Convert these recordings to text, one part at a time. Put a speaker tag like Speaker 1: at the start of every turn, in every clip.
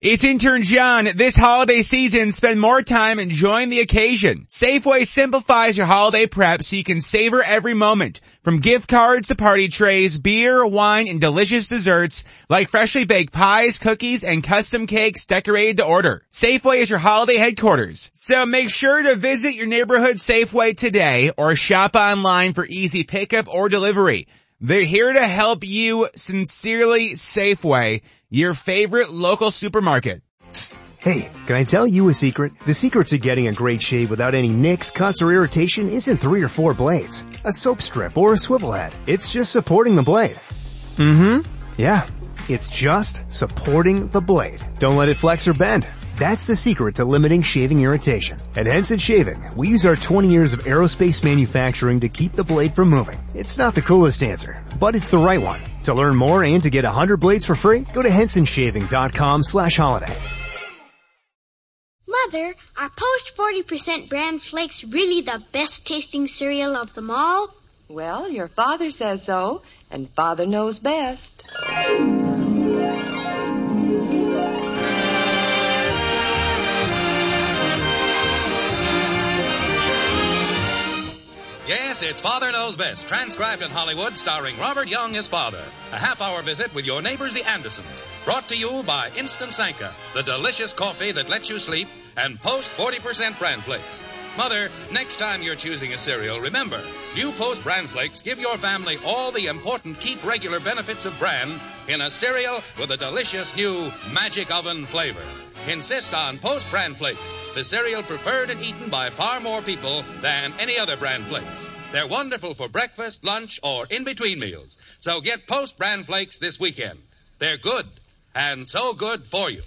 Speaker 1: It's intern John. This holiday season, spend more time enjoying the occasion. Safeway simplifies your holiday prep so you can savor every moment. From gift cards to party trays, beer, wine, and delicious desserts like freshly baked pies, cookies, and custom cakes decorated to order. Safeway is your holiday headquarters. So make sure to visit your neighborhood Safeway today or shop online for easy pickup or delivery. They're here to help you sincerely Safeway, your favorite local supermarket.
Speaker 2: Hey, can I tell you a secret? The secret to getting a great shave without any nicks, cuts, or irritation isn't three or four blades, a soap strip, or a swivel head. It's just supporting the blade.
Speaker 3: Mm-hmm.
Speaker 2: Yeah, it's just supporting the blade. Don't let it flex or bend. That's the secret to limiting shaving irritation. At Henson Shaving, we use our 20 years of aerospace manufacturing to keep the blade from moving. It's not the coolest answer, but it's the right one. To learn more and to get 100 blades for free, go to hensonshaving.com slash holiday.
Speaker 4: Mother, are post 40% bran flakes really the best tasting cereal of them all?
Speaker 5: Well, your father says so, and father knows best.
Speaker 6: Yes, it's Father Knows Best, transcribed in Hollywood, starring Robert Young as father. A half hour visit with your neighbors, the Andersons. Brought to you by Instant Sanka, the delicious coffee that lets you sleep, and post 40% bran flakes. Mother, next time you're choosing a cereal, remember new post bran flakes give your family all the important keep regular benefits of bran in a cereal with a delicious new magic oven flavor. Insist on post bran flakes, the cereal preferred and eaten by far more people than any other bran flakes. They're wonderful for breakfast, lunch, or in between meals. So get post bran flakes this weekend. They're good, and so good for you.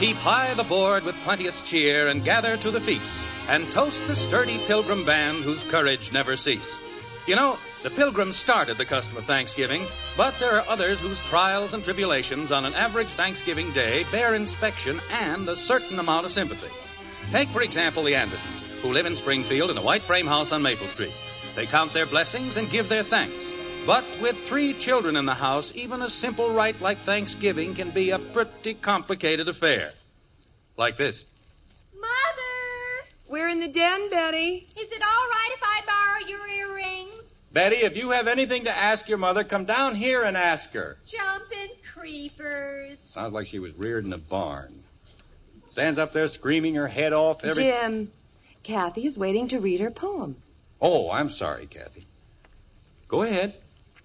Speaker 6: Heap high the board with plenteous cheer and gather to the feast and toast the sturdy pilgrim band whose courage never ceased. You know, the pilgrims started the custom of Thanksgiving, but there are others whose trials and tribulations on an average Thanksgiving day bear inspection and a certain amount of sympathy. Take, for example, the Andersons, who live in Springfield in a white frame house on Maple Street. They count their blessings and give their thanks. But with three children in the house, even a simple rite like Thanksgiving can be a pretty complicated affair. Like this.
Speaker 7: Mother!
Speaker 5: We're in the den, Betty.
Speaker 7: Is it all right if I borrow your earrings?
Speaker 8: Betty, if you have anything to ask your mother, come down here and ask her.
Speaker 7: Jumping creepers.
Speaker 8: Sounds like she was reared in a barn. Stands up there screaming her head off every.
Speaker 5: Jim, Kathy is waiting to read her poem.
Speaker 8: Oh, I'm sorry, Kathy. Go ahead.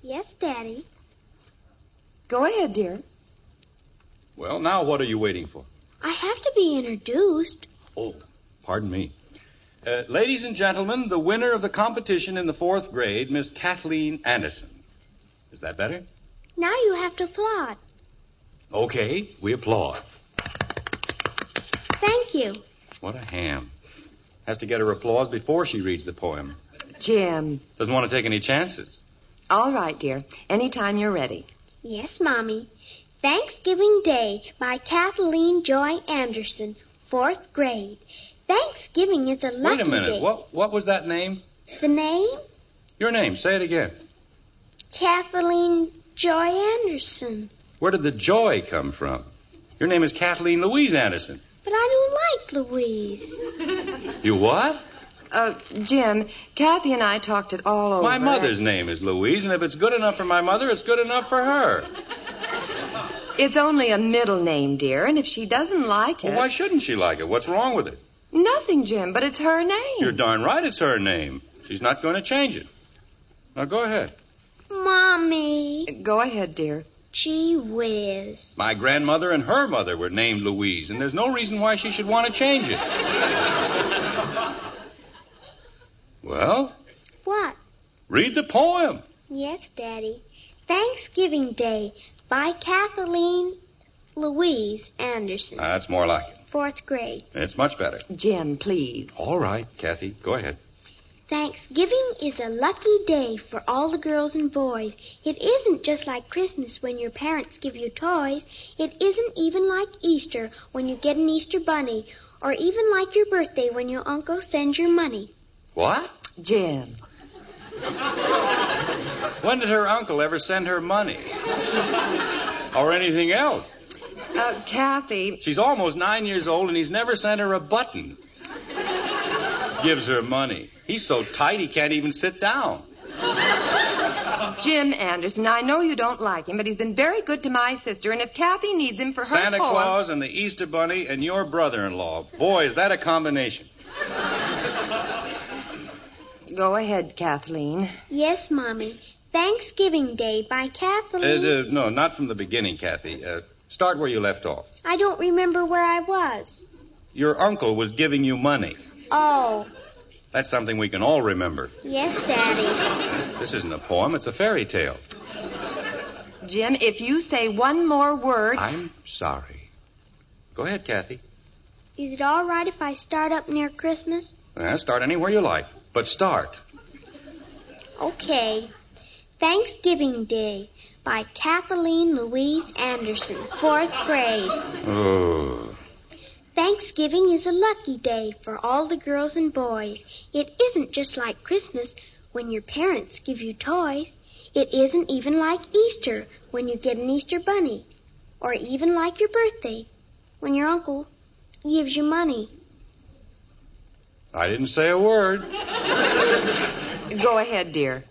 Speaker 4: Yes, Daddy.
Speaker 5: Go ahead, dear.
Speaker 8: Well, now what are you waiting for?
Speaker 4: I have to be introduced.
Speaker 8: Oh, pardon me. Uh, ladies and gentlemen, the winner of the competition in the fourth grade, Miss Kathleen Anderson. Is that better?
Speaker 4: Now you have to applaud.
Speaker 8: Okay, we applaud.
Speaker 4: Thank you.
Speaker 8: What a ham. Has to get her applause before she reads the poem.
Speaker 5: Jim.
Speaker 8: Doesn't want to take any chances.
Speaker 5: All right, dear. Anytime you're ready.
Speaker 4: Yes, Mommy. Thanksgiving Day by Kathleen Joy Anderson, fourth grade. Thanksgiving is a lucky
Speaker 8: Wait a minute.
Speaker 4: day.
Speaker 8: What what was that name?
Speaker 4: The name?
Speaker 8: Your name. Say it again.
Speaker 4: Kathleen Joy Anderson.
Speaker 8: Where did the joy come from? Your name is Kathleen Louise Anderson.
Speaker 4: But I don't like Louise.
Speaker 8: You what?
Speaker 5: Uh, Jim, Kathy and I talked it all over.
Speaker 8: My mother's name is Louise, and if it's good enough for my mother, it's good enough for her.
Speaker 5: It's only a middle name, dear, and if she doesn't like it.
Speaker 8: Well, why shouldn't she like it? What's wrong with it?
Speaker 5: Nothing, Jim, but it's her name.
Speaker 8: You're darn right it's her name. She's not going to change it. Now go ahead.
Speaker 4: Mommy.
Speaker 5: Go ahead, dear.
Speaker 4: Gee whiz.
Speaker 8: My grandmother and her mother were named Louise, and there's no reason why she should want to change it. well,
Speaker 4: What?
Speaker 8: read the poem.
Speaker 4: Yes, Daddy. Thanksgiving Day by Kathleen Louise Anderson,
Speaker 8: That's more like it.
Speaker 4: fourth grade.
Speaker 8: It's much better.
Speaker 5: Jim, please.
Speaker 8: All right, Kathy, go ahead.
Speaker 4: Thanksgiving is a lucky day for all the girls and boys. It isn't just like Christmas when your parents give you toys. It isn't even like Easter when you get an Easter bunny, or even like your birthday when your uncle sends your money.
Speaker 8: What?
Speaker 5: Jim.
Speaker 8: When did her uncle ever send her money? or anything else?
Speaker 5: Uh, Kathy.
Speaker 8: She's almost nine years old and he's never sent her a button. Gives her money. He's so tight he can't even sit down.
Speaker 5: Jim Anderson. I know you don't like him, but he's been very good to my sister, and if Kathy needs him for her
Speaker 8: Santa
Speaker 5: poem-
Speaker 8: Claus and the Easter Bunny and your brother in law. Boy, is that a combination.
Speaker 5: Go ahead, Kathleen.
Speaker 4: Yes, Mommy. Thanksgiving Day by
Speaker 8: Uh,
Speaker 4: Kathleen.
Speaker 8: uh, no, not from the beginning, Kathy. Uh, start where you left off.
Speaker 4: I don't remember where I was.
Speaker 8: Your uncle was giving you money.
Speaker 4: Oh,
Speaker 8: That's something we can all remember.
Speaker 4: yes, Daddy.
Speaker 8: This isn't a poem, it's a fairy tale.
Speaker 5: Jim, if you say one more word,
Speaker 8: I'm sorry. Go ahead, Kathy.
Speaker 4: Is it all right if I start up near Christmas?
Speaker 8: Uh, start anywhere you like, but start.
Speaker 4: Okay. Thanksgiving Day by Kathleen Louise Anderson, fourth grade.
Speaker 8: Oh.
Speaker 4: Thanksgiving is a lucky day for all the girls and boys. It isn't just like Christmas when your parents give you toys. It isn't even like Easter when you get an Easter bunny, or even like your birthday when your uncle gives you money.
Speaker 8: I didn't say a word.
Speaker 5: go ahead, dear.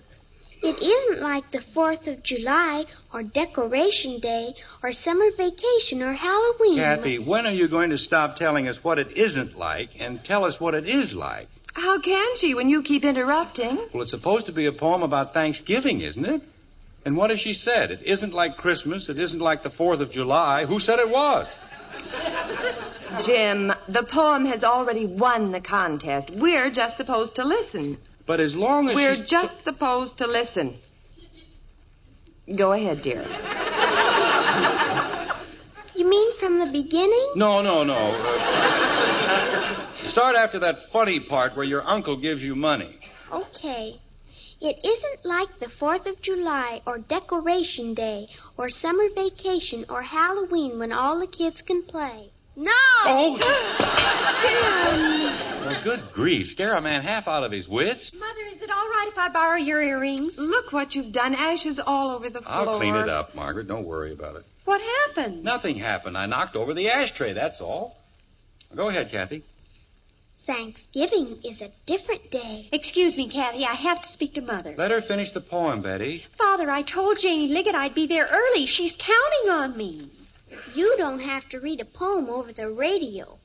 Speaker 4: It isn't like the 4th of July or Decoration Day or summer vacation or Halloween.
Speaker 8: Kathy, when are you going to stop telling us what it isn't like and tell us what it is like?
Speaker 5: How can she when you keep interrupting?
Speaker 8: Well, it's supposed to be a poem about Thanksgiving, isn't it? And what has she said? It isn't like Christmas. It isn't like the 4th of July. Who said it was?
Speaker 5: Jim, the poem has already won the contest. We're just supposed to listen.
Speaker 8: But as long as
Speaker 5: We're
Speaker 8: she's-
Speaker 5: just supposed to listen. Go ahead, dear.
Speaker 4: You mean from the beginning?
Speaker 8: No, no, no. Uh, start after that funny part where your uncle gives you money.
Speaker 4: Okay. It isn't like the 4th of July or Decoration Day or summer vacation or Halloween when all the kids can play. No!
Speaker 8: Oh! Well, good grief. Scare a man half out of his wits.
Speaker 7: Mother, is it all right if I borrow your earrings?
Speaker 5: Look what you've done. Ashes all over the floor.
Speaker 8: I'll clean it up, Margaret. Don't worry about it.
Speaker 5: What happened?
Speaker 8: Nothing happened. I knocked over the ashtray, that's all. Go ahead, Kathy.
Speaker 4: Thanksgiving is a different day.
Speaker 7: Excuse me, Kathy. I have to speak to Mother.
Speaker 8: Let her finish the poem, Betty.
Speaker 7: Father, I told Janie Liggett I'd be there early. She's counting on me.
Speaker 4: You don't have to read a poem over the radio.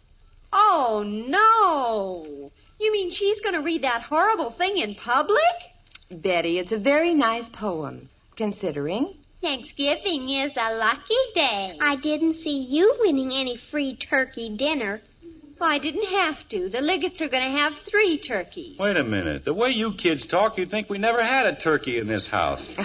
Speaker 7: Oh, no. You mean she's going to read that horrible thing in public?
Speaker 5: Betty, it's a very nice poem, considering.
Speaker 7: Thanksgiving is a lucky day.
Speaker 4: I didn't see you winning any free turkey dinner.
Speaker 7: Well, I didn't have to. The Liggetts are going to have three turkeys.
Speaker 8: Wait a minute. The way you kids talk, you'd think we never had a turkey in this house.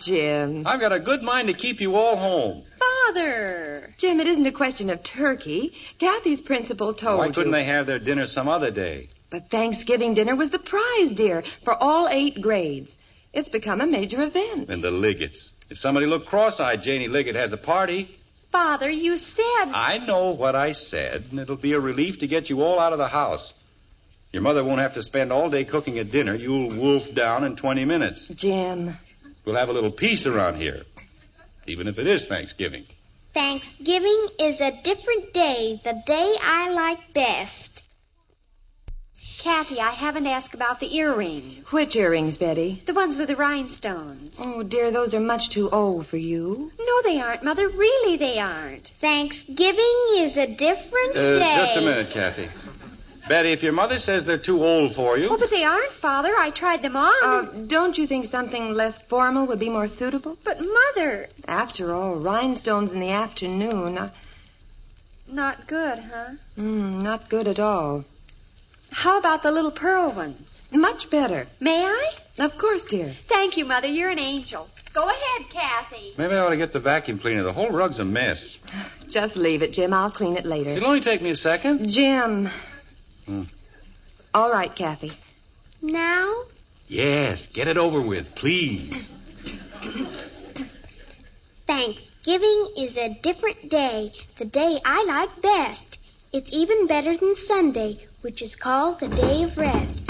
Speaker 5: Jim.
Speaker 8: I've got a good mind to keep you all home.
Speaker 7: Father!
Speaker 5: Jim, it isn't a question of turkey. Kathy's principal told
Speaker 8: Why couldn't
Speaker 5: you.
Speaker 8: they have their dinner some other day?
Speaker 5: But Thanksgiving dinner was the prize, dear, for all eight grades. It's become a major event.
Speaker 8: And the Liggetts. If somebody looked cross-eyed, Janie Liggett has a party.
Speaker 7: Father, you said.
Speaker 8: I know what I said, and it'll be a relief to get you all out of the house. Your mother won't have to spend all day cooking a dinner you'll wolf down in 20 minutes.
Speaker 5: Jim,
Speaker 8: We'll have a little peace around here, even if it is Thanksgiving.
Speaker 4: Thanksgiving is a different day, the day I like best.
Speaker 7: Kathy, I haven't asked about the earrings.
Speaker 5: which earrings, Betty?
Speaker 7: The ones with the rhinestones.
Speaker 5: Oh, dear, those are much too old for you.
Speaker 7: No, they aren't, Mother. Really, they aren't.
Speaker 4: Thanksgiving is a different
Speaker 8: Uh,
Speaker 4: day.
Speaker 8: just a minute, Kathy. Betty, if your mother says they're too old for you,
Speaker 7: Oh, but they aren't, Father. I tried them on.
Speaker 5: Uh, don't you think something less formal would be more suitable?
Speaker 7: but, Mother.
Speaker 5: After all, rhinestones in the afternoon. Uh,
Speaker 7: Not good, huh?
Speaker 5: mm, not good at all.
Speaker 7: How about the little pearl ones?
Speaker 5: Much better.
Speaker 7: May I?
Speaker 5: Of course, dear.
Speaker 7: Thank you, Mother. You're an angel. Go ahead, Kathy.
Speaker 8: maybe I ought to get the vacuum cleaner. The whole rug's a mess.
Speaker 5: Just leave it, Jim. I'll clean it later.
Speaker 8: It'll only take me a second.
Speaker 5: Jim.
Speaker 8: Hmm.
Speaker 5: All right, Kathy.
Speaker 4: Now,
Speaker 8: Yes, get it over with, please.
Speaker 4: Thanksgiving is a different day, the day I like best. It's even better than Sunday, which is called the day of rest.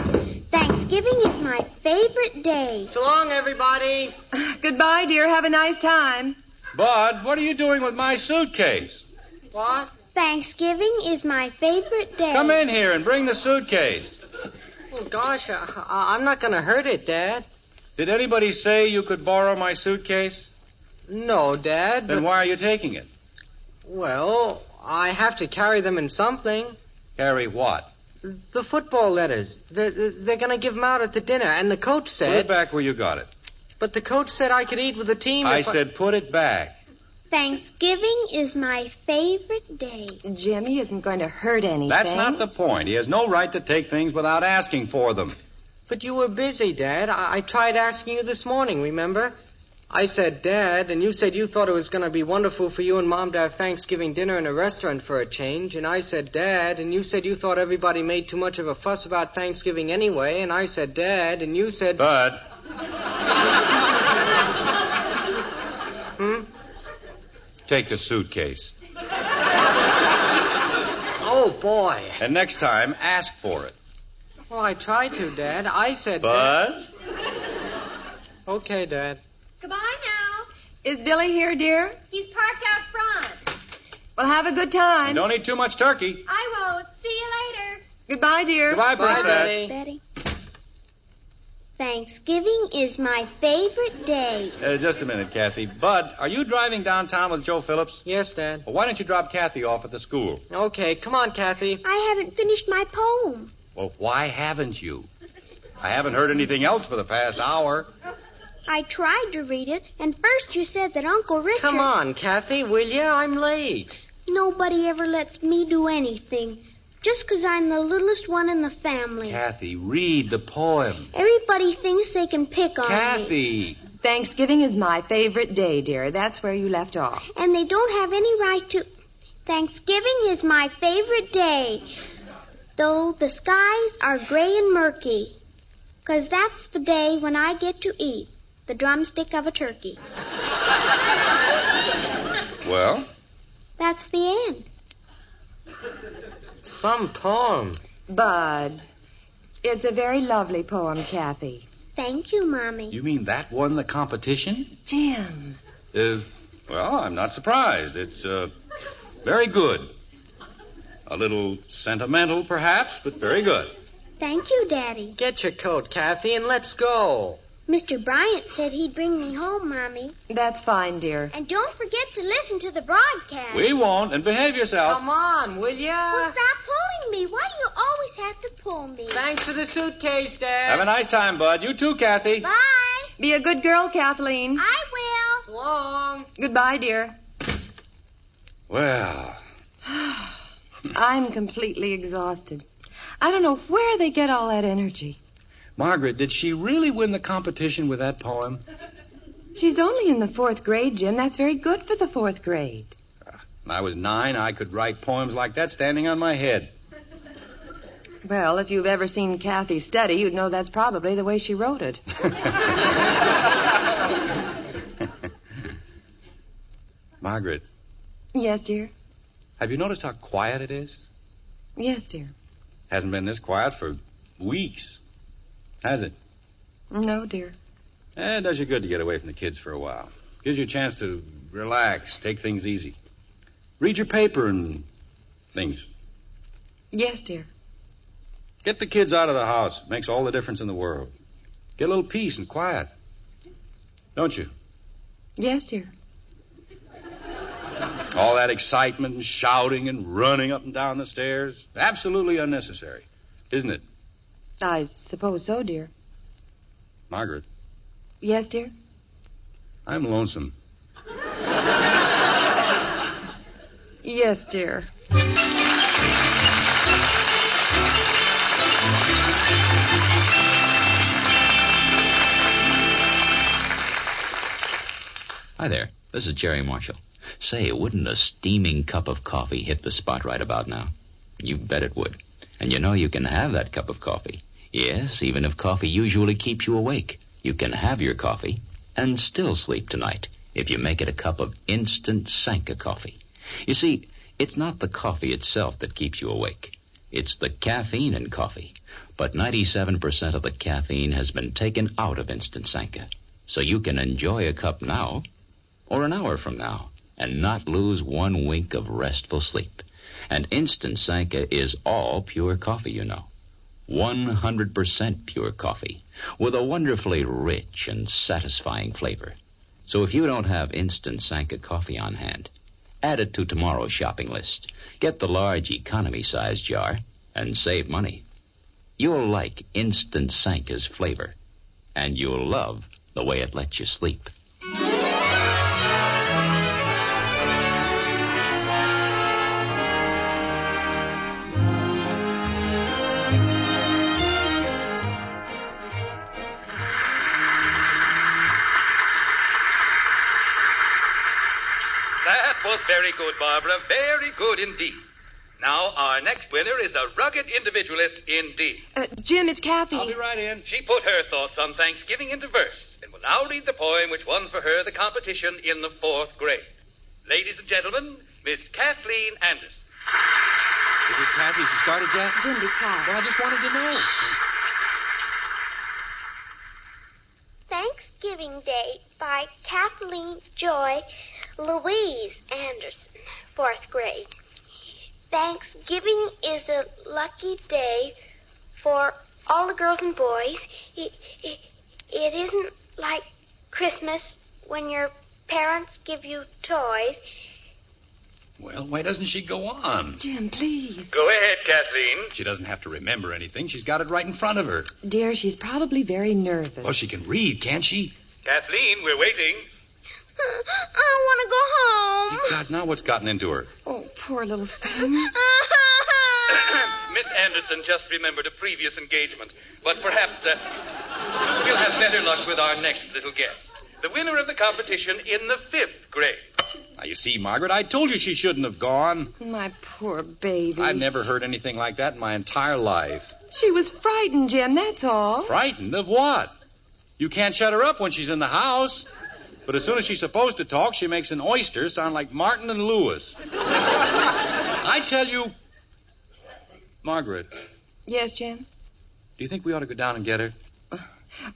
Speaker 4: Thanksgiving is my favorite day.
Speaker 3: So long, everybody.
Speaker 5: Goodbye, dear. Have a nice time.
Speaker 8: Bud, what are you doing with my suitcase?
Speaker 3: What?
Speaker 4: Thanksgiving is my favorite day.
Speaker 8: Come in here and bring the suitcase.
Speaker 3: Well, gosh, uh, I- I'm not going to hurt it, Dad.
Speaker 8: Did anybody say you could borrow my suitcase?
Speaker 3: No, Dad.
Speaker 8: Then
Speaker 3: But,
Speaker 8: why are you taking it?
Speaker 3: well, I have to carry them in something.
Speaker 8: Carry what?
Speaker 3: The football letters. They're, they're going to give them out at the dinner, and the coach
Speaker 8: Put
Speaker 3: said.
Speaker 8: it back where you got it.
Speaker 3: But the coach said I could eat with the team.
Speaker 8: I
Speaker 3: if
Speaker 8: said put it back.
Speaker 4: Thanksgiving is my favorite day.
Speaker 5: Jimmy isn't going to hurt anything.
Speaker 8: That's not the point. He has no right to take things without asking for them.
Speaker 3: But you were busy, Dad. I, I tried asking you this morning, remember? I said, Dad, and you said you thought it was going to be wonderful for you and Mom to have Thanksgiving dinner in a restaurant for a change. And I said, Dad, and you said you thought everybody made too much of a fuss about Thanksgiving anyway. And I said, Dad, and you said,
Speaker 8: Bud,
Speaker 3: hmm?
Speaker 8: take the suitcase.
Speaker 3: Oh, boy.
Speaker 8: And next time, ask for it.
Speaker 3: Well, I tried to, Dad. I said, Dad.
Speaker 8: Bud?
Speaker 3: Okay, Dad.
Speaker 7: Goodbye now.
Speaker 5: Is Billy here, dear?
Speaker 7: He's parked out front.
Speaker 5: Well, have a good time.
Speaker 8: Don't eat too much turkey.
Speaker 7: I won't. See you later.
Speaker 5: Goodbye, dear.
Speaker 8: Goodbye,
Speaker 3: Bye, Betty.
Speaker 8: Princess.
Speaker 4: Betty. Thanksgiving is my favorite day.
Speaker 8: Uh, just a minute, Kathy. Bud, are you driving downtown with Joe Phillips?
Speaker 3: Yes, Dad.
Speaker 8: Well, why don't you drop Kathy off at the school?
Speaker 3: Okay, come on, Kathy.
Speaker 4: I haven't finished my poem.
Speaker 8: Well, why haven't you? I haven't heard anything else for the past hour.
Speaker 4: I tried to read it, and first you said that Uncle Richard.
Speaker 3: Come on, Kathy, will you? I'm late.
Speaker 4: Nobody ever lets me do anything, just 'cause I'm the littlest one in the family.
Speaker 8: Kathy, read the poem.
Speaker 4: Everybody thinks they can pick on me,
Speaker 8: Kathy.
Speaker 5: Thanksgiving is my favorite day, dear. That's where you left off.
Speaker 4: and they don't have any right to. Thanksgiving is my favorite day, though the skies are gray and murky, 'cause that's the day when I get to eat the drumstick of a turkey.
Speaker 8: Well,
Speaker 4: That's the end.
Speaker 3: Some poem.
Speaker 5: Bud, it's a very lovely poem, Kathy.
Speaker 4: Thank you, Mommy.
Speaker 8: you mean that won the competition?
Speaker 5: Jim.
Speaker 8: Uh, well, I'm not surprised. It's uh, very good. A little sentimental, perhaps, but very good.
Speaker 4: Thank you, Daddy.
Speaker 3: Get your coat, Kathy, and let's go.
Speaker 4: Mr. Bryant said he'd bring me home, Mommy.
Speaker 5: That's fine, dear.
Speaker 4: And don't forget to listen to the broadcast.
Speaker 8: We won't, and behave yourself.
Speaker 3: Come on, will
Speaker 4: Well,
Speaker 3: ya?
Speaker 4: stop pulling me. Why do you always have to pull me?
Speaker 3: Thanks for the suitcase, Dad.
Speaker 8: Have a nice time, Bud. You too, Kathy.
Speaker 4: Bye.
Speaker 5: Be a good girl, Kathleen.
Speaker 4: I will.
Speaker 3: So long.
Speaker 5: Goodbye, dear.
Speaker 8: Well,
Speaker 5: I'm completely exhausted. I don't know where they get all that energy.
Speaker 8: Margaret, did she really win the competition with that poem?
Speaker 5: She's only in the fourth grade, Jim. That's very good for the fourth grade.
Speaker 8: When I was nine, I could write poems like that standing on my head.
Speaker 5: Well, if you've ever seen Kathy study, you'd know that's probably the way she wrote it.
Speaker 8: Margaret,
Speaker 5: Yes, dear.
Speaker 8: have you noticed how quiet it is?
Speaker 5: Yes, dear.
Speaker 8: Hasn't been this quiet for weeks, has it?
Speaker 5: No, dear.
Speaker 8: Eh, it does you good to get away from the kids for a while. Gives you a chance to relax, take things easy. Read your paper and things.
Speaker 5: Yes, dear.
Speaker 8: Get the kids out of the house. It makes all the difference in the world. Get a little peace and quiet. Don't you?
Speaker 5: Yes, dear.
Speaker 8: All that excitement and shouting and running up and down the stairs. Absolutely unnecessary, isn't it,
Speaker 5: I suppose so, dear.
Speaker 8: Margaret?
Speaker 5: Yes, dear.
Speaker 8: I'm lonesome.
Speaker 5: Yes, dear.
Speaker 9: Hi there. This is Jerry Marshall. Say, wouldn't a steaming cup of coffee hit the spot right about now? You bet it would. And you know you can have that cup of coffee. Yes, even if coffee usually keeps you awake. You can have your coffee and still sleep tonight if you make it a cup of instant Sanka coffee. You see, it's not the coffee itself that keeps you awake. It's the caffeine in coffee. But 97% of the caffeine has been taken out of instant Sanka. So you can enjoy a cup now or an hour from now and not lose one wink of restful sleep. And instant Sanka is all pure coffee, you know. 100% pure coffee with a wonderfully rich and satisfying flavor. So if you don't have instant Sanka coffee on hand, add it to tomorrow's shopping list. Get the large economy size jar and save money. You'll like instant Sanka's flavor and you'll love the way it lets you sleep.
Speaker 6: That was very good, Barbara. Very good indeed. Now, our next winner is a rugged individualist indeed.
Speaker 5: Uh, Jim, it's Kathy.
Speaker 6: I'll be right in. She put her thoughts on Thanksgiving into verse and will now read the poem which won for her the competition in the fourth grade. Ladies and gentlemen, Miss Kathleen Anderson.
Speaker 10: Is it Kathy? She started, Jack?
Speaker 5: Jim, be quiet.
Speaker 10: Well, I just wanted to know.
Speaker 4: Thanksgiving Day by Kathleen Joy Louise Anderson, fourth grade. Thanksgiving is a lucky day for all the girls and boys. It, it, it isn't like Christmas when your parents give you toys.
Speaker 8: Well, why doesn't she go on?
Speaker 5: Jim, please.
Speaker 6: Go ahead, Kathleen.
Speaker 8: She doesn't have to remember anything. She's got it right in front of her.
Speaker 5: Dear, she's probably very nervous.
Speaker 8: Well, she can read, can't she?
Speaker 6: Kathleen, we're waiting.
Speaker 4: I want to go home.
Speaker 8: Guys, now what's gotten into her?
Speaker 5: Oh, poor little thing.
Speaker 6: Miss Anderson just remembered a previous engagement, but perhaps uh, we'll have better luck with our next little guest. The winner of the competition in the fifth grade.
Speaker 8: Now, you see, Margaret, I told you she shouldn't have gone.
Speaker 5: My poor baby.
Speaker 8: I've never heard anything like that in my entire life.
Speaker 5: She was frightened, Jim, that's all.
Speaker 8: Frightened of what? You can't shut her up when she's in the house. But as soon as she's supposed to talk, she makes an oyster sound like Martin and Lewis. I tell you, Margaret, do
Speaker 5: Yes, Jim?
Speaker 8: you think we ought to go down and get her?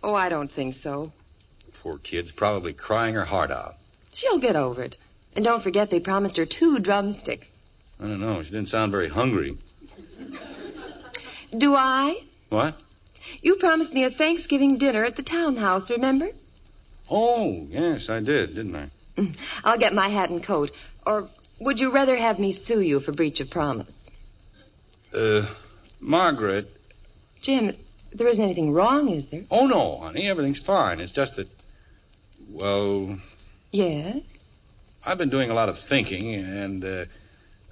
Speaker 5: Oh, I don't think so.
Speaker 8: Poor kid's probably crying her heart out.
Speaker 5: She'll get over it. And don't forget, they promised her two drumsticks.
Speaker 8: I don't know. She didn't sound very hungry.
Speaker 5: Do I?
Speaker 8: What?
Speaker 5: You promised me a Thanksgiving dinner at the townhouse, remember?
Speaker 8: Oh, yes, I did, didn't I?
Speaker 5: Mm, I'll get my hat and coat. Or would you rather have me sue you for breach of promise?
Speaker 8: Uh, Margaret.
Speaker 5: Jim, there isn't anything wrong, is there?
Speaker 8: Oh, no, honey. Everything's fine. It's just that, well,
Speaker 5: Yes.
Speaker 8: I've been doing a lot of thinking, and, uh,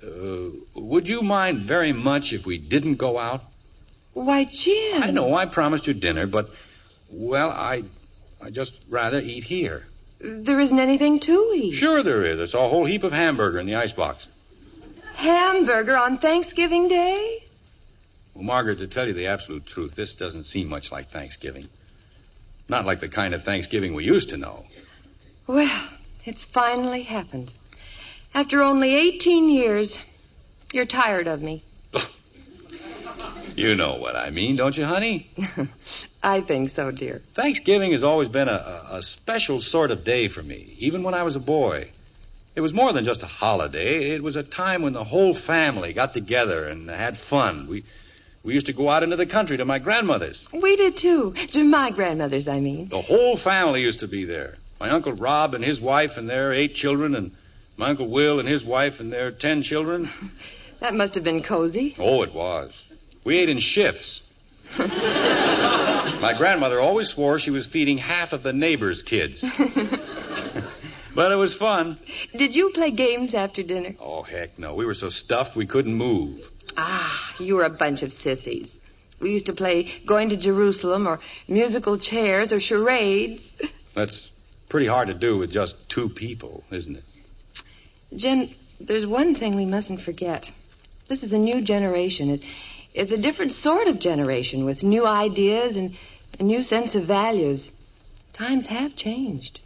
Speaker 8: uh, would you mind very much if we didn't go out?
Speaker 5: Why, Jim.
Speaker 8: I know I promised you dinner, but, well, I, I just rather eat here.
Speaker 5: There isn't anything to eat.
Speaker 8: Sure there is. I saw a whole heap of hamburger in the icebox.
Speaker 5: Hamburger on Thanksgiving Day?
Speaker 8: Well, Margaret, to tell you the absolute truth, this doesn't seem much like Thanksgiving. Not like the kind of Thanksgiving we used to know.
Speaker 5: Well, it's finally happened. After only 18 years, you're tired of me.
Speaker 8: You know what I mean, don't you, honey?
Speaker 5: I think so, dear.
Speaker 8: Thanksgiving has always been a, a, a special sort of day for me, even when I was a boy. It was more than just a holiday. It was a time when the whole family got together and had fun. We, we used to go out into the country to my grandmother's.
Speaker 5: We did too. To my grandmother's, I mean.
Speaker 8: The whole family used to be there. My Uncle Rob and his wife and their eight children, and my Uncle Will and his wife and their ten children.
Speaker 5: That must have been cozy.
Speaker 8: Oh, it was. We ate in shifts. My grandmother always swore she was feeding half of the neighbors' kids. but it was fun.
Speaker 5: Did you play games after dinner?
Speaker 8: Oh, heck no. We were so stuffed we couldn't move.
Speaker 5: Ah, you were a bunch of sissies. We used to play Going to Jerusalem or musical chairs or charades.
Speaker 8: That's pretty hard to do with just two people, isn't it?
Speaker 5: Jim, there's one thing we mustn't forget. This is a new generation. It, it's a different sort of generation with new ideas and a new sense of values. Times have changed.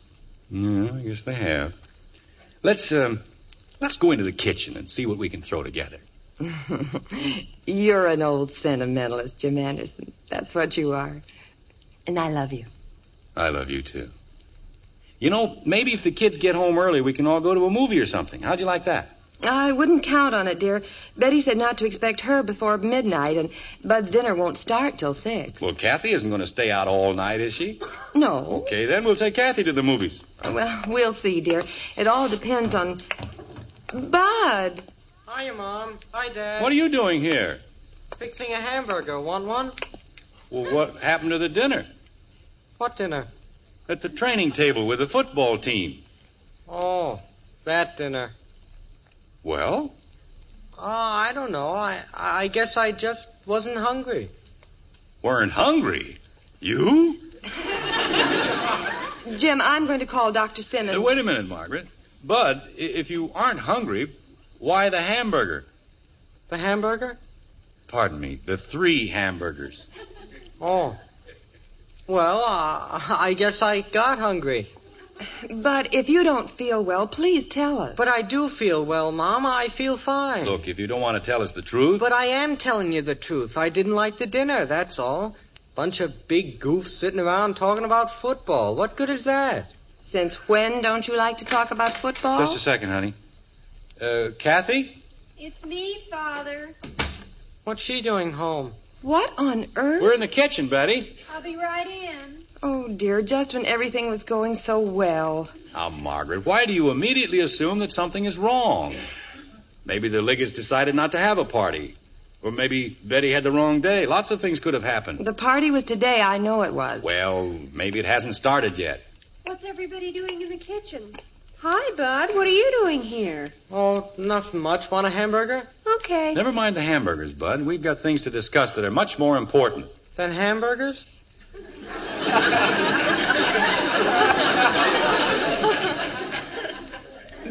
Speaker 8: Yeah, I guess they have. Let's, um, let's go into the kitchen and see what we can throw together.
Speaker 5: You're an old sentimentalist, Jim Anderson. That's what you are. And I love you.
Speaker 8: I love you too. You know, maybe if the kids get home early, we can all go to a movie or something. How'd you like that?
Speaker 5: I wouldn't count on it, dear. Betty said not to expect her before midnight, and Bud's dinner won't start till six.
Speaker 8: Well, Kathy isn't going to stay out all night, is she?
Speaker 5: No.
Speaker 8: Okay, then we'll take Kathy to the movies.
Speaker 5: Well, we'll see, dear. It all depends on. Bud!
Speaker 3: Hiya, Mom. Hi, Dad.
Speaker 8: What are you doing here?
Speaker 3: Fixing a hamburger. Want one?
Speaker 8: Well, what happened to the dinner?
Speaker 3: What dinner?
Speaker 8: At the training table with the football team.
Speaker 3: Oh, that dinner.
Speaker 8: Well?
Speaker 3: Oh, I don't know. I I guess I just wasn't hungry.
Speaker 8: Weren't hungry. You?
Speaker 5: Jim, I'm going to call Dr. Simmons.
Speaker 8: Uh, wait a minute, Margaret. Bud, i- if you aren't hungry, why the hamburger?
Speaker 3: The hamburger?
Speaker 8: Pardon me, the three hamburgers.
Speaker 3: Oh. Well, uh, I guess I got hungry.
Speaker 5: But if you don't feel well, please tell us.
Speaker 3: But I do feel well, Mom. I feel fine.
Speaker 8: Look, if you don't want to tell us the truth,
Speaker 3: But I am telling you the truth. I didn't like the dinner, that's all. Bunch of big goofs sitting around talking about football. What good is that?
Speaker 5: Since when don't you like to talk about football?
Speaker 8: just a second, honey. Uh, Kathy?
Speaker 7: It's me, Father.
Speaker 3: What's she doing home?
Speaker 5: What on earth?
Speaker 8: We're in the kitchen, Betty.
Speaker 7: I'll be right in.
Speaker 5: Oh, dear, just when everything was going so well.
Speaker 8: Now, Margaret, why do you immediately assume that something is wrong? Maybe the Liggetts decided not to have a party. Or maybe Betty had the wrong day. Lots of things could have happened.
Speaker 5: The party was today, I know it was.
Speaker 8: Well, maybe it hasn't started yet.
Speaker 7: What's everybody doing in the kitchen? Hi, Bud. What are you doing here?
Speaker 3: Oh, nothing much. Want a hamburger?
Speaker 7: Okay.
Speaker 8: Never mind the hamburgers, Bud. We've got things to discuss that are much more important.
Speaker 3: Then hamburgers?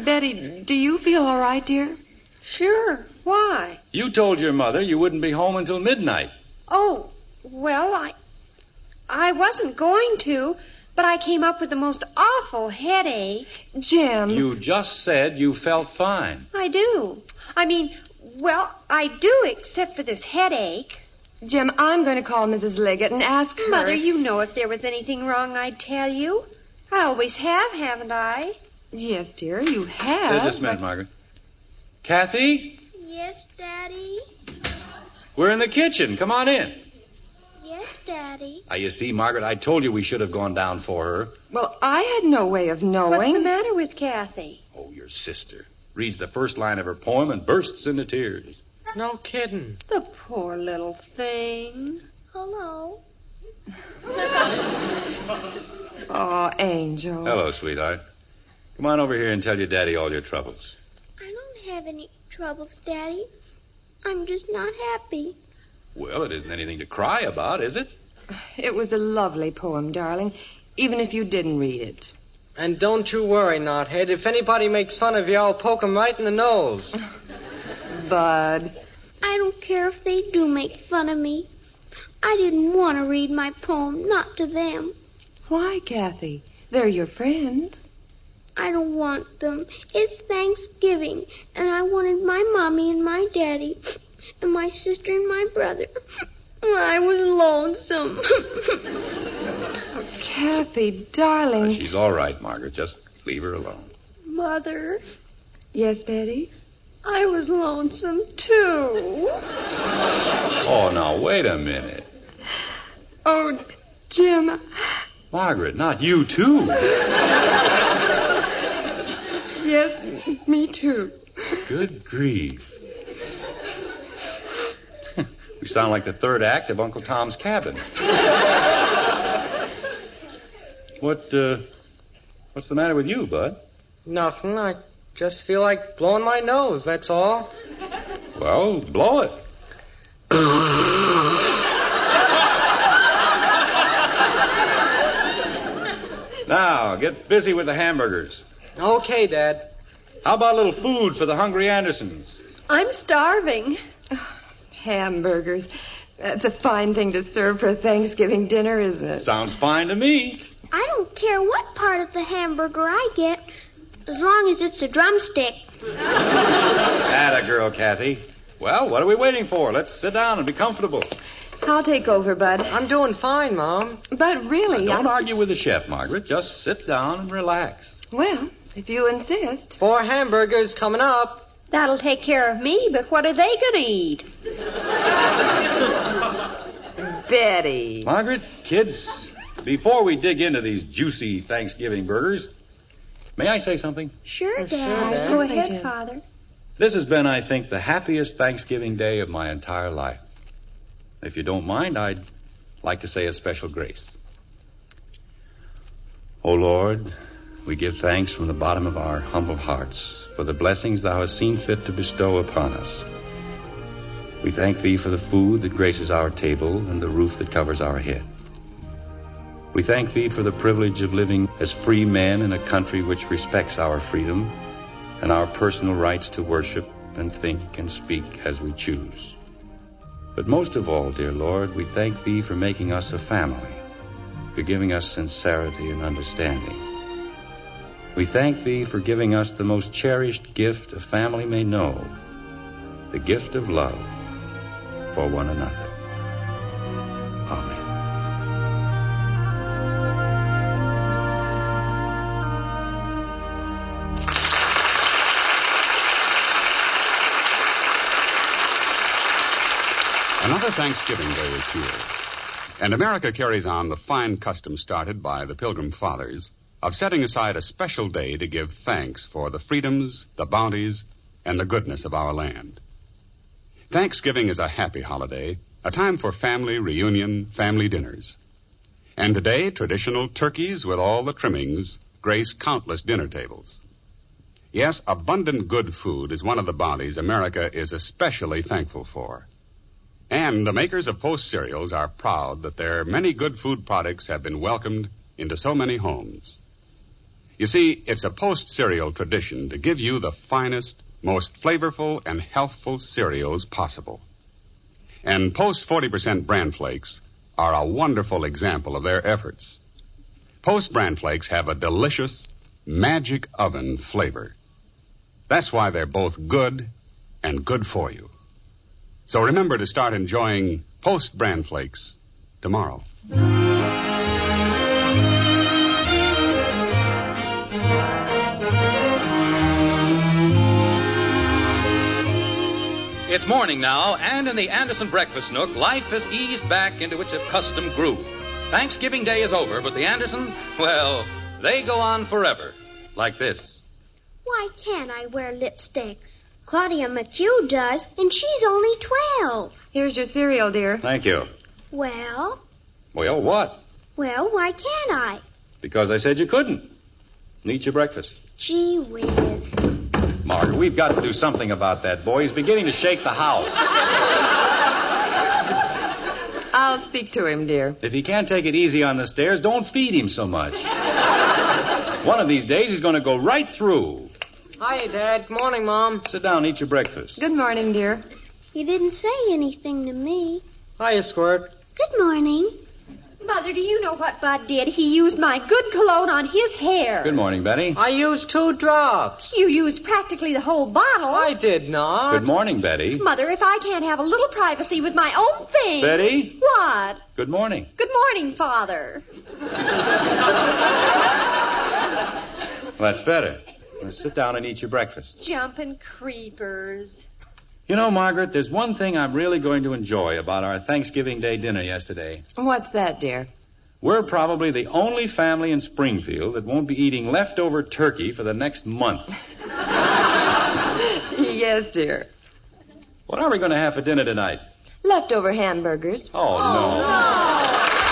Speaker 5: Betty, do you feel all right, dear?
Speaker 7: Sure. Why?
Speaker 8: You told your mother you wouldn't be home until midnight.
Speaker 7: Oh, well, I I wasn't going to, but I came up with the most awful headache.
Speaker 5: Jim.
Speaker 8: You just said you felt fine.
Speaker 7: I do. I mean, well, I do except for this headache.
Speaker 5: Jim, I'm going to call Mrs. Liggett and ask her.
Speaker 7: Mother, you know if there was anything wrong, I'd tell you. I always have, haven't I?
Speaker 5: Yes, dear, you
Speaker 8: There's
Speaker 5: have.
Speaker 8: just a minute, Margaret. Kathy,
Speaker 4: Yes, Daddy.
Speaker 8: we're in the kitchen. Come on in.
Speaker 4: Yes, Daddy.
Speaker 8: Now, you see, Margaret, I told you we should have gone down for her.
Speaker 5: Well, I had no way of knowing.
Speaker 7: What's the matter with Kathy?
Speaker 8: Oh, your sister. Reads the first line of her poem and bursts into tears.
Speaker 3: No kidding.
Speaker 7: The poor little thing.
Speaker 4: Hello.
Speaker 5: Oh, Angel.
Speaker 8: Hello, sweetheart. Come on over here and tell your daddy all your troubles.
Speaker 4: I don't have any troubles, Daddy. I'm just not happy.
Speaker 8: Well, it isn't anything to cry about, is it?
Speaker 5: It was a lovely poem, darling, even if you didn't read it.
Speaker 3: And don't you worry, Knothead. If anybody makes fun of you, I'll poke 'em right in the nose.
Speaker 5: Bud,
Speaker 4: I don't care if they do make fun of me. I didn't want to read my poem, not to them.
Speaker 5: why, Kathy? They're your friends.
Speaker 4: I don't want them. It's Thanksgiving, and I wanted my mommy and my daddy, and my sister and my brother. I was lonesome.
Speaker 5: Kathy, darling.
Speaker 8: She's all right, Margaret. Just leave her alone.
Speaker 4: Mother,
Speaker 5: Yes, Betty?
Speaker 4: I was lonesome too.
Speaker 8: Oh, now, wait a minute.
Speaker 5: Oh, Jim,
Speaker 8: Margaret, not you, too.
Speaker 5: yes, me too.
Speaker 8: Good grief. we sound like the third act of Uncle Tom's Cabin. what, uh, what's the matter with you, Bud?
Speaker 3: Nothing. I just feel like blowing my nose, that's all.
Speaker 8: Well, blow it. now, get busy with the hamburgers.
Speaker 3: Okay, Dad.
Speaker 8: How about a little food for the hungry Andersons?
Speaker 7: I'm starving.
Speaker 5: Hamburgers. That's a fine thing to serve for a Thanksgiving dinner, isn't
Speaker 3: Uh,
Speaker 5: it?
Speaker 8: Sounds fine to me.
Speaker 4: I don't care what part of the hamburger I get, as long as it's a drumstick.
Speaker 8: Atta girl, Kathy. Well, what are we waiting for? Let's sit down and be comfortable.
Speaker 5: I'll take over, Bud.
Speaker 3: I'm doing fine, Mom.
Speaker 5: But really,
Speaker 8: Don't
Speaker 5: I-
Speaker 8: argue with the chef, Margaret. Just sit down and relax.
Speaker 5: well, if you insist.
Speaker 3: Four hamburgers coming up.
Speaker 7: That'll take care of me, but what are they going to eat?
Speaker 5: Betty.
Speaker 8: Margaret, kids, before we dig into these juicy Thanksgiving burgers, may I say something?
Speaker 4: Sure, Dad.
Speaker 3: Dad.
Speaker 7: Go
Speaker 5: Thank you.
Speaker 7: ahead, Father.
Speaker 8: This has been, I think, the happiest Thanksgiving day of my entire life. If you don't mind, I'd like to say a special grace. O Lord, we give thanks from the bottom of our humble hearts for the blessings thou hast seen fit to bestow upon us. We thank thee for the food that graces our table and the roof that covers our head. We thank thee for the privilege of living as free men in a country which respects our freedom and our personal rights to worship and think and speak as we choose. But most of all, dear Lord, we thank Thee for making us a family, for giving us sincerity and understanding. We thank Thee for giving us the most cherished gift a family may know the gift of love for one another. Amen.
Speaker 11: Another Thanksgiving Day is here, and America carries on the fine custom started by the Pilgrim Fathers of setting aside a special day to give thanks for the freedoms, the bounties, and the goodness of our land. Thanksgiving is a happy holiday, a time for family reunion, family dinners. And today, traditional turkeys with all the trimmings grace countless dinner tables. Yes, abundant good food is one of the bounties America is especially thankful for. And the makers of Post cereals are proud that their many good food products have been welcomed into so many homes. You see, it's a Post cereal tradition to give you the finest, most flavorful, and healthful cereals possible. And Post 40% bran flakes are a wonderful example of their efforts. Post bran flakes have a delicious, magic oven flavor. That's why they're both good and good for you. So remember to start enjoying Post Bran Flakes tomorrow.
Speaker 6: It's morning now, and in the Anderson Breakfast Nook, life has eased back into its accustomed groove. Thanksgiving Day is over, but the Andersons, well, they go on forever. Like this.
Speaker 4: Why can't I wear lipstick? Claudia McHugh does, and she's only 12.
Speaker 5: Here's your cereal, dear.
Speaker 8: Thank you.
Speaker 4: Well,
Speaker 8: Well, what?
Speaker 4: well, why can't I?
Speaker 8: Because I said you couldn't. Eat your breakfast.
Speaker 4: Gee whiz.
Speaker 8: Margaret, we've got to do something about that boy. He's beginning to shake the house.
Speaker 5: I'll speak to him, dear.
Speaker 8: If he can't take it easy on the stairs, don't feed him so much. One of these days, he's going to go right through.
Speaker 3: Hi, Dad. Good morning, Mom.
Speaker 8: Sit down, eat your breakfast.
Speaker 5: Good morning, dear.
Speaker 4: You didn't say anything to me.
Speaker 3: Hiya, Squirt.
Speaker 4: Good morning.
Speaker 7: Mother, do you know what Bud did? He used my good cologne on his hair.
Speaker 8: Good morning, Betty.
Speaker 3: I used two drops.
Speaker 7: You used practically the whole bottle.
Speaker 3: I did not.
Speaker 8: Good morning, Betty.
Speaker 7: Mother, if I can't have a little privacy with my own thing.
Speaker 8: Betty?
Speaker 7: What?
Speaker 8: Good morning.
Speaker 7: Good morning, Father.
Speaker 8: Well, that's better. Now sit down and eat your breakfast.
Speaker 7: Jumping creepers.
Speaker 8: You know, Margaret, there's one thing I'm really going to enjoy about our Thanksgiving Day dinner yesterday.
Speaker 5: What's that, dear?
Speaker 8: We're probably the only family in Springfield that won't be eating leftover turkey for the next month.
Speaker 5: yes, dear.
Speaker 8: What are we going to have for dinner tonight?
Speaker 5: Leftover hamburgers.
Speaker 8: Oh, no.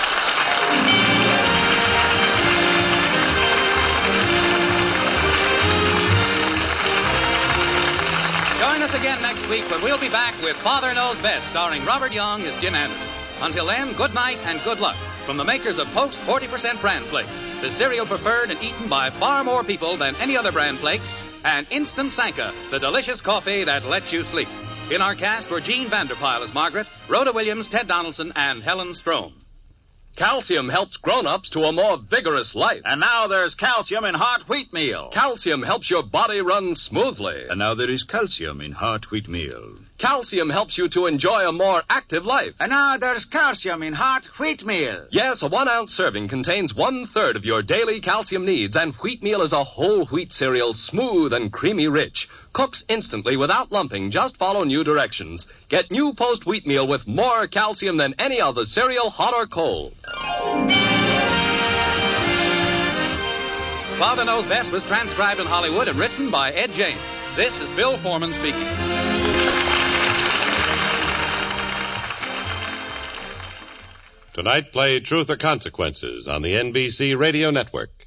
Speaker 6: Join us again next week when we'll be back with Father Knows Best, starring Robert Young as Jim Anderson. Until then, good night and good luck from the makers of Post 40% Bran Flakes, the cereal preferred and eaten by far more people than any other Bran Flakes, and Instant Sanka, the delicious coffee that lets you sleep. In our cast were Gene Vanderpyle as Margaret, Rhoda Williams, Ted Donaldson, and Helen Strome.
Speaker 12: Calcium helps grown-ups to a more vigorous life.
Speaker 10: And now there's calcium in hard wheat meal.
Speaker 12: Calcium helps your body run smoothly.
Speaker 10: And now there is calcium in hard wheat meal.
Speaker 6: Calcium helps you to enjoy a more active life.
Speaker 8: And now there's calcium in hot wheat meal.
Speaker 6: Yes, a one ounce serving contains one third of your daily calcium needs, and wheat meal is a whole wheat cereal, smooth and creamy rich. Cooks instantly without lumping, just follow new directions. Get new post wheat meal with more calcium than any other cereal, hot or cold.
Speaker 13: Father Knows Best was transcribed in Hollywood and written by Ed James. This is Bill Foreman speaking.
Speaker 14: Tonight, play Truth or Consequences on the NBC Radio Network.